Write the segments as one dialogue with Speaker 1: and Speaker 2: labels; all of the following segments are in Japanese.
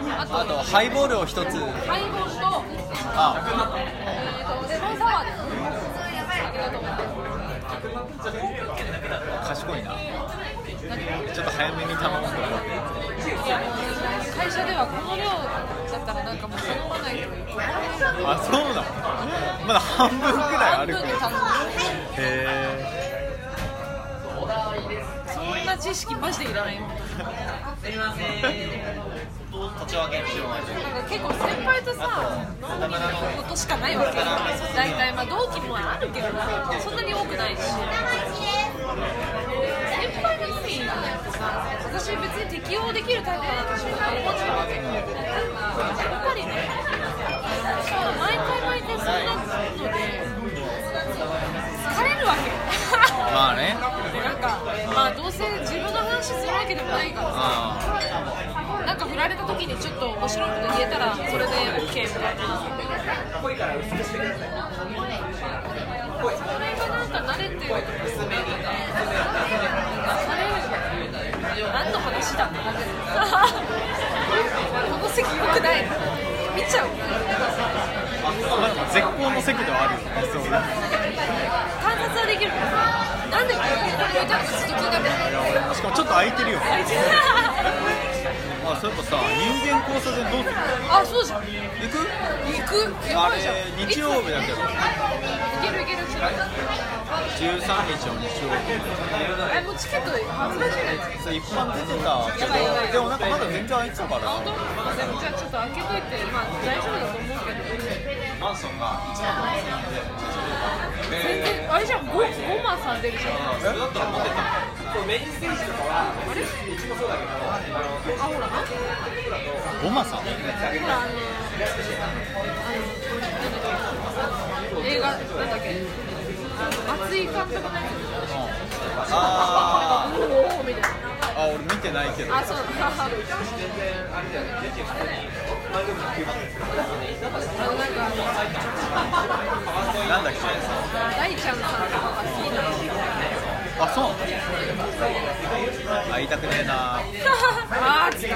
Speaker 1: ハイボールを一つ
Speaker 2: ハイボールと、
Speaker 1: あ
Speaker 2: えーとレモンサワーです。ありがとうございます。
Speaker 1: 賢いなちょっと早めに頼むとこ
Speaker 2: 会社ではこの量だったらなんかもう頼まないと
Speaker 1: あそうなのまだ半分くらいあ
Speaker 2: 半
Speaker 1: る
Speaker 2: 分
Speaker 1: か
Speaker 2: で
Speaker 1: ら
Speaker 2: 頼む
Speaker 1: へえ
Speaker 2: そんな知識マジでいらないもん
Speaker 3: 立ち分けるしようがない
Speaker 2: 結構先輩とさ飲みに行くことしかないわけよ大体まあ同期もあるけどそんなに多くないし先輩の飲みに行くのってさ私別に適応できるタイプだなって瞬間思ってたわけよやっぱりね毎回毎回そんなので疲れるわけよ
Speaker 1: まあね
Speaker 2: なんか、まあ、どうせ自分の話するわけでもないから
Speaker 1: あ
Speaker 2: さ、なんか振られた時にちょっと面白いこと言えたら、それで OK みたいな。それがなんか慣れてると娘にね、疲れる何の話だってなってるこの席良くない見ちゃう
Speaker 1: あまあでも絶好の席ではあるよねそう
Speaker 2: 観察はできるなんでこれこれ置いてあるかずっと気になってる
Speaker 1: しかもちょっと空いてるよね
Speaker 2: あいつ
Speaker 1: あそういえばさ人間交差点どうす
Speaker 2: あ
Speaker 1: る
Speaker 2: そうじゃん
Speaker 1: 行く
Speaker 2: 行く
Speaker 1: あ
Speaker 2: やばいじゃん
Speaker 1: れ日曜日だけど
Speaker 2: いけるいけるそれ
Speaker 1: 13日は日曜日
Speaker 2: えもうチケット発売じゃないですか
Speaker 1: それ一般出てたけ
Speaker 2: やばいやばい
Speaker 1: どでもなんかまだ全然空いてたから
Speaker 2: 本当じゃあちょっと開けといてまあ大丈夫だと思うけど
Speaker 3: マンションが一
Speaker 2: 全然あれじゃん 5, 5万さん出るじゃん
Speaker 3: 番それだったら持ってた
Speaker 2: あほらほら
Speaker 1: ゴマさん
Speaker 2: あのあのなんだっけ映画なんだっけあの松井監督のやつ
Speaker 1: あ
Speaker 2: おーおーみたい
Speaker 1: ーあ俺見てないけど
Speaker 2: なあそう だあのなんか
Speaker 1: なんだっけ
Speaker 2: 大ちゃんさんとかが好きなの
Speaker 1: あそうなのあ言いたくねえな
Speaker 2: あー違う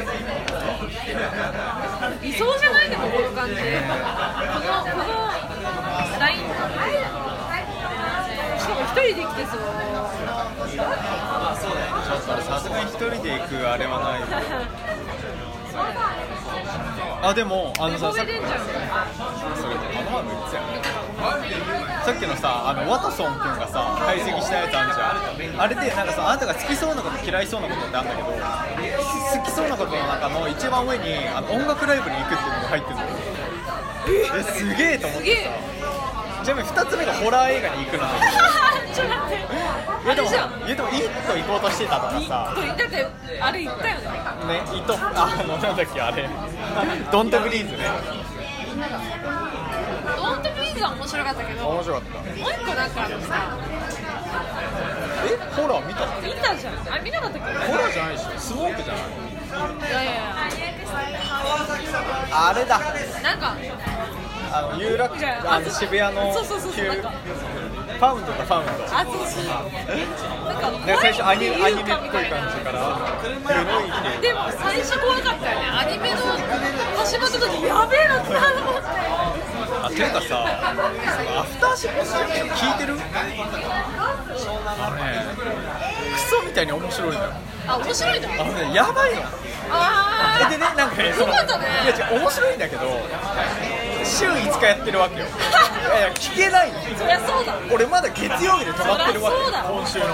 Speaker 2: 理想じゃないでもこの感じこのこのラインしかも一人で来てそう
Speaker 1: さすがに一人で行くあれはないよあでもあの
Speaker 2: 猫
Speaker 1: ささ
Speaker 2: 上
Speaker 1: っき
Speaker 2: 出んじゃん
Speaker 1: それこの前も言ってたよねさっきのさあのワトソン君がさ解析したやつあるじゃんあれでなんかさあなたが好きそうなこと嫌いそうなことってあるんだけど好きそうなことの中の一番上にあの音楽ライブに行くっていうのが入ってるのえすげえと思っ
Speaker 2: す
Speaker 1: て
Speaker 2: げえ
Speaker 1: ちなみに2つ目がホラー映画に行くのい
Speaker 2: ちょっと待って
Speaker 1: や
Speaker 2: あれ
Speaker 1: でも
Speaker 2: じゃん
Speaker 1: いやでも「イット!」行こうとしてたとかさ
Speaker 2: だってあれ言ったよね
Speaker 1: ね、伊藤、あの、なんだっけ、あれ。ドントブリーズね。
Speaker 2: ドントビーズは面白かったけどもう
Speaker 1: 面白かった。
Speaker 2: 一個なんかあのさ
Speaker 1: え、ホラー見た。ホ
Speaker 2: 見たじゃんあれ見なかったっけ
Speaker 1: ラーじゃないでしょ。スモークじゃない。
Speaker 2: いやいやい
Speaker 1: あれだ。
Speaker 2: やなんか
Speaker 1: あの、有楽
Speaker 2: じ
Speaker 1: 町、
Speaker 2: ゃ
Speaker 1: あの、渋谷の。
Speaker 2: そうそうそうそうなんか
Speaker 1: ファウンドだ、ファウンド。
Speaker 2: あずしなんか
Speaker 1: で、最初、アニ、
Speaker 2: 怖
Speaker 1: ア
Speaker 2: いって
Speaker 1: ニ
Speaker 2: 言うか
Speaker 1: メっ
Speaker 2: み
Speaker 1: ぽ
Speaker 2: た
Speaker 1: い
Speaker 2: いな
Speaker 1: 感じから。古いって。
Speaker 2: でも最初怖かったよね、アニメの始まった時やべえなってなるもん
Speaker 1: あ、ていうかさ。アフターシップスジャンクション聞いてる。あのね。クソみたいに面白いのよ。
Speaker 2: あ、面白いな
Speaker 1: あのね、やばいの。
Speaker 2: あ
Speaker 1: でね、なんかね、
Speaker 2: よかったね
Speaker 1: いや、違う面白いんだけど、週5日やってるわけよ。いやいや、聞けないの。
Speaker 2: ーそりゃそうだ
Speaker 1: 俺まだ月曜日で止まってるわけ
Speaker 2: そりゃそうだ
Speaker 1: 今週のい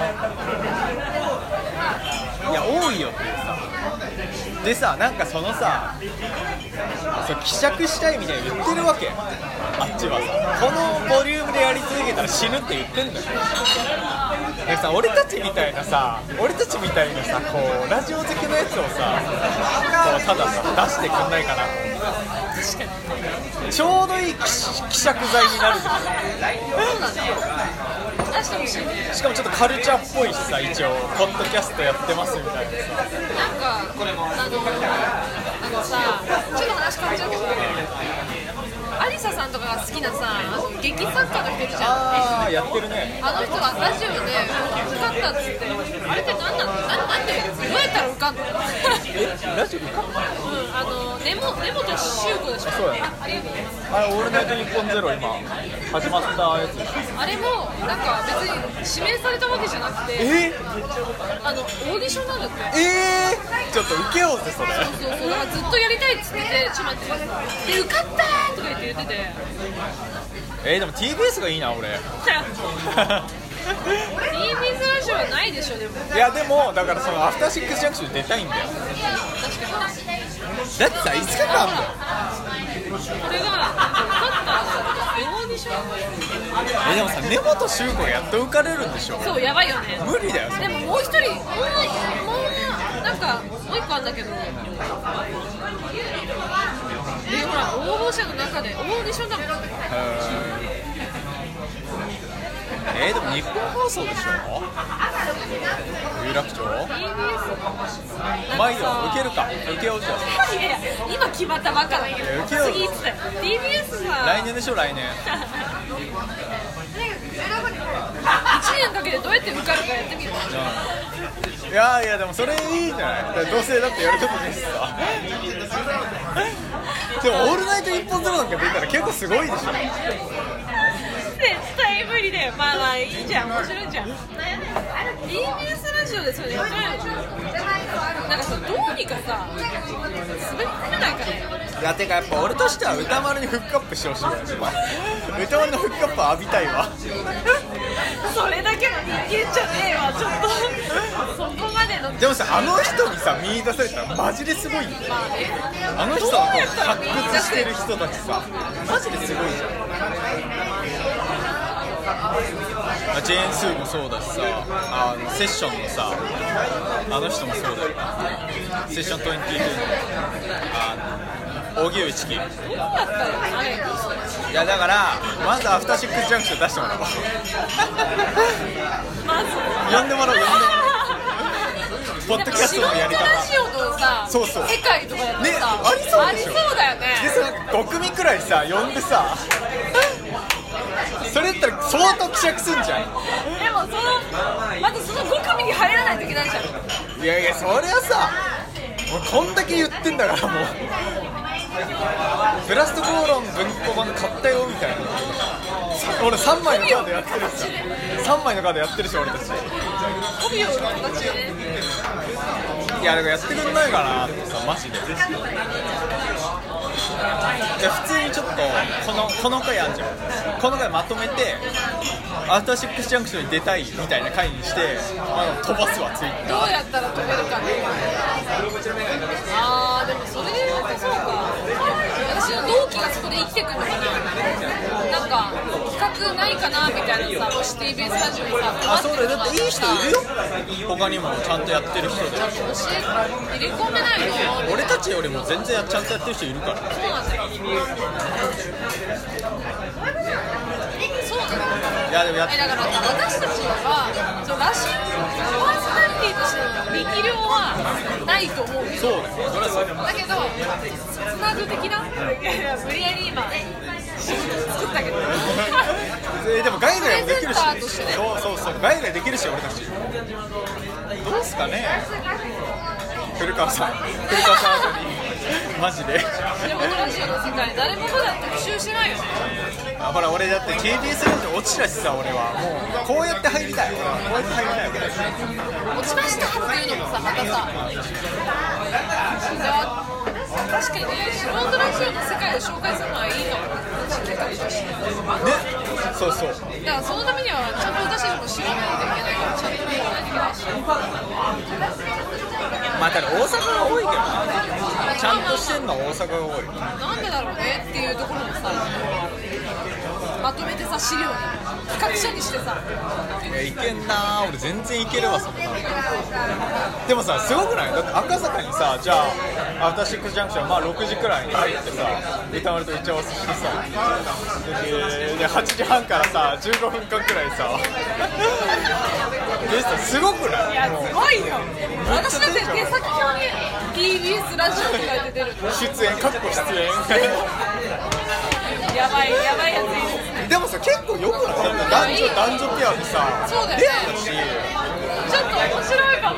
Speaker 1: や多いよっていうさでさなんかそのさそう希釈したいみたいに言ってるわけあっちはさこのボリュームでやり続けたら死ぬって言ってんだよでさ俺たちみたいなさ俺たちみたいなさこうラジオ好きのやつをさこうたださ出してくんないかなちょうどいい希希釈剤になる
Speaker 2: 出してほしいね
Speaker 1: しかもちょっとカルチャーっぽいしさ一応ポッドキャストやってますみたいなさ
Speaker 2: なんか、あの、なんかさ、ちょっと話変わっちゃうけど、アリスサさんとかが好きなさあの劇作家の人いるじゃん
Speaker 1: ああやってるね
Speaker 2: あの人がラジオで受かったっつってあれって何なのななんでどうやったら受かんの
Speaker 1: えラジオか
Speaker 2: うんあの根本根本修子でしょ
Speaker 1: そうや
Speaker 2: ありがとうございます
Speaker 1: あれ「オールナイトニッポンゼロ今始まったやつでしょ
Speaker 2: あれもなんか別に指名されたわけじゃなくて
Speaker 1: え
Speaker 2: あのオーディションなんだって
Speaker 1: えー、ちょっと受けようぜそれ
Speaker 2: そうそうだからずっとやりたいっつっててちょっと待ってで受かったーとか言って言ってて
Speaker 1: えー、でも TBS がいいな俺
Speaker 2: TBS ラジオはないでしょでも
Speaker 1: いやでもだからそのアフターシックスジャンクション出たいんだよ
Speaker 2: 確かに
Speaker 1: だってさ5日間あんだよ
Speaker 2: これが受かったらオーディション
Speaker 1: えでもさ根本周子がやっと浮かれるんでしょ
Speaker 2: そうやばいよね
Speaker 1: 無理だよそれ
Speaker 2: でももう一人もうもうなんかもう一個あんだけどでほら応募者の中でオーディションだもん
Speaker 1: えー、でも日本放送でしょ有楽町
Speaker 2: TBS
Speaker 1: うまいよ受けるか受けようじゃん
Speaker 2: いやいや今決まったばっかだけど
Speaker 1: 受けよう
Speaker 2: 次いつだよ TBS さ
Speaker 1: 来年でしょ来年
Speaker 2: 1年かけてどうやって受かるかやってみる
Speaker 1: いやいやでもそれいいんじゃないだからどうせだってやることですさ でも「オールナイト一本ゼロなんか出たら結構すごいでしょ
Speaker 2: 絶対無理だよまあまあいいじゃん面白いじゃん TBS ラジオでそれやってないのなんかさどうにかさ滑り込めないかね
Speaker 1: いやてかやっぱ俺としては歌丸にフックアップしてほしいわ歌丸のフックアップは浴びたいわ
Speaker 2: それだけの人間じゃねえわちょっとそこまでの
Speaker 1: でもさあの人にさ見出されたらマジですごいよ
Speaker 2: まあね
Speaker 1: あの人は発掘してる人たちさマジですごいじゃんジェーン・スーもそうだしさあのセッションのさあの人もそうだよセッション22のあの荻上チキい
Speaker 2: どうだったのあれ
Speaker 1: やだからまずアフターシックスジャンクション出してもらおう
Speaker 2: まず
Speaker 1: 呼んでもらおう呼んでもらおうポッドキャストのやり
Speaker 2: 白
Speaker 1: 方
Speaker 2: ラジオのさ
Speaker 1: そうそう
Speaker 2: 世界とかやったらさ
Speaker 1: ねありそうでしょ
Speaker 2: ありそうだよね
Speaker 1: でさ5組くらいさ呼んでさそれやったら相当希釈すんじゃ
Speaker 2: で
Speaker 1: ん
Speaker 2: もそのまずその5組に入らないといけないじゃん
Speaker 1: いやいやそれはさもうこんだけ言ってんだからもうブラストゴーロン文庫版買ったよみたいな俺3枚のカードやってるし3枚のカードやってるし俺たちい
Speaker 2: 帯を売る形でね
Speaker 1: やだからやってくんないかなってさマジでいや普通にちょっとこのこの回あんじゃんこの回まとめてアフターシックスジャンクションに出たいみたいな回にしてあの飛ばすわツイッター
Speaker 2: どうやったら飛べるかねあーでもそれで言うとそうか私の同期がそこで生きてくるのかななんか企画ないかなみたいなさもし TBS ラジオにさ
Speaker 1: あそうだよだっていい人いる
Speaker 2: よ
Speaker 1: よ他にもちゃんとやってる人で
Speaker 2: 教えて入れ込めないよ
Speaker 1: 俺たちよりも全然ちゃんとやってる人いるから
Speaker 2: そうなんだよそうなんだよ
Speaker 1: いやでもやっ
Speaker 2: えだから私たちはそうらしいパーソナリティとしての力量はないと思うけど
Speaker 1: そうだよそれはそう
Speaker 2: だけどつなぐ的ないやいや無理やり今作ったけど
Speaker 1: えでも外来もでき
Speaker 2: プレゼ
Speaker 1: るし
Speaker 2: ンターとしてね
Speaker 1: そうそうそう外来できるし俺たちどうすかね古川さん古川さん後にマジで
Speaker 2: でもラジオの世界誰もまだ特集してないよね
Speaker 1: あほら俺だって KBS ラジオ落ちたしさ俺はもうこうやって入りたい俺はこうやって入りたいわけだし
Speaker 2: 落ちましたっていうのもさまたさ確かにね素人ラジオの世界を紹介するのはいいの企画としてだ
Speaker 1: ねそうそ
Speaker 2: か
Speaker 1: う
Speaker 2: らそのためにはちゃんと私たちも知らないといけないからちゃんと見ないといけないし
Speaker 1: まあただ大阪が多いけどなちゃんとしてんのは大阪が多い
Speaker 2: なんでだろうねっていうところもさまとめてさ資料に企画書にしてさ
Speaker 1: いやいけんなー俺全然いけるわそんなのでもさすごくないだって赤坂にさじゃあアフターシックスジャンクションまあ6時くらいに入ってさ歌丸と打ち合わせしてさでで8時半からさ15分間くらいさ でさすごくないい
Speaker 2: やすごいよ私だって手先表に TBS ラジオとか出てるの
Speaker 1: 出演かっこ出演
Speaker 2: いややばいやばいやついる
Speaker 1: でもさ結構よくないなんか男女男女ペアもさ
Speaker 2: そうだよね
Speaker 1: レアだしいや
Speaker 2: ちょっと面白いかも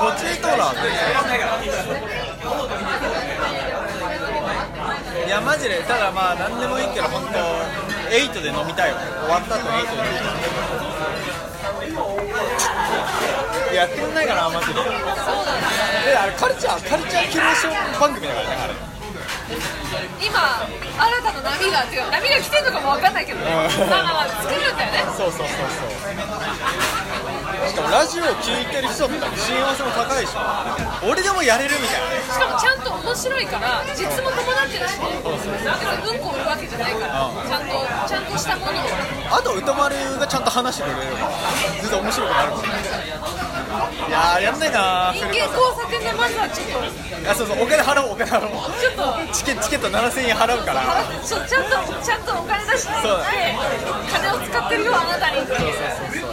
Speaker 1: こちとらいやマジでただまあ何でもいいけど本当エイトで飲みたいよ終わった後エイトで飲みたいやってくんないかなマジでそうだねあれカルチャーカルチャーキュレーション番組だからねあれ
Speaker 2: 今新たな波が違う波が来てるのかもわかんないけどね
Speaker 1: うん
Speaker 2: まあまあ作るんだよね
Speaker 1: そうそうそうそうしかもラジオを聴いてる人とか親和性も高いでしょ俺でもやれるみたいなね
Speaker 2: しかもちゃんと面白いから実も伴ってるしね別にうんこを売るわけじゃないからちゃんとちゃんとしたものを
Speaker 1: あと歌丸がちゃんと話してくれれば全然面白くなるもんねいやーやんないなー
Speaker 2: 人
Speaker 1: それ
Speaker 2: 間工作でまずはちょっと
Speaker 1: あそうそうお金払おうお金払お
Speaker 2: ちょっと
Speaker 1: うチケチケット7000円払うから
Speaker 2: ちょちゃんとちゃんとお金出して
Speaker 1: そう
Speaker 2: 金を使ってるよあなたに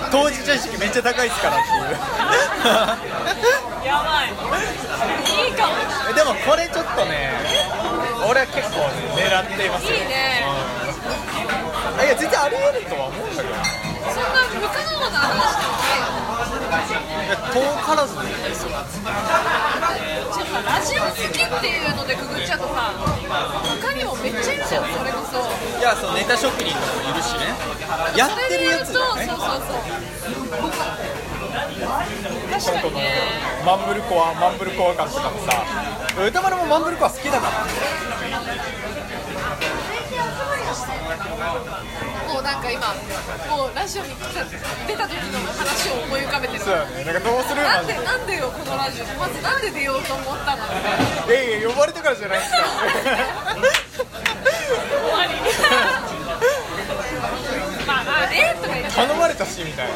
Speaker 1: 当日意識めっちゃ高いっすからっていう
Speaker 2: やばいいいかも
Speaker 1: えでもこれちょっとね俺は結構狙っていますよ
Speaker 2: いいね
Speaker 1: あいや全然あり得るとは思うんだけど
Speaker 2: そんな不可能な話でもないよ
Speaker 1: いや遠からずね
Speaker 2: ちょっとさラジオ好きっていうのでくぐっちゃうとさ他にもめっちゃいるじゃんそれこそ
Speaker 1: いやそうネタ職人とかもいるしねやってるやつだよね
Speaker 2: それで言うとそうそうそう確かにね
Speaker 1: マンブルコアマンブルコア感とかもさ歌丸もマンブルコア好きだから
Speaker 2: もうなんか今もうラジオに来た出た時の話を思い浮かべてる
Speaker 1: そうだよねなんかどうする
Speaker 2: な
Speaker 1: マ
Speaker 2: んで
Speaker 1: ジで
Speaker 2: なんでよこのラジオまずなんで出ようと思ったの
Speaker 1: いやいや呼ばれたからじゃないですか
Speaker 2: 終わりまあまあねとか言って
Speaker 1: 頼まれたしみたいな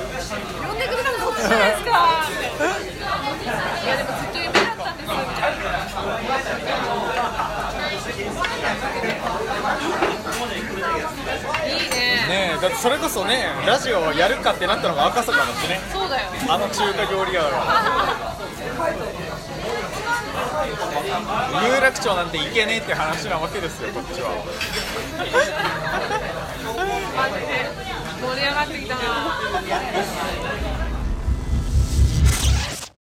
Speaker 2: 呼んでくれたのそっちじゃないですかいやでもずっと夢だったんですよみたいな
Speaker 1: ねえだってそれこそねラジオをやるかってなったのが赤坂だしね
Speaker 2: そうだよ
Speaker 1: あの中華料理屋が有楽町なんて行けねえって話なわけですよこっちは
Speaker 2: マジで盛り上がってきたな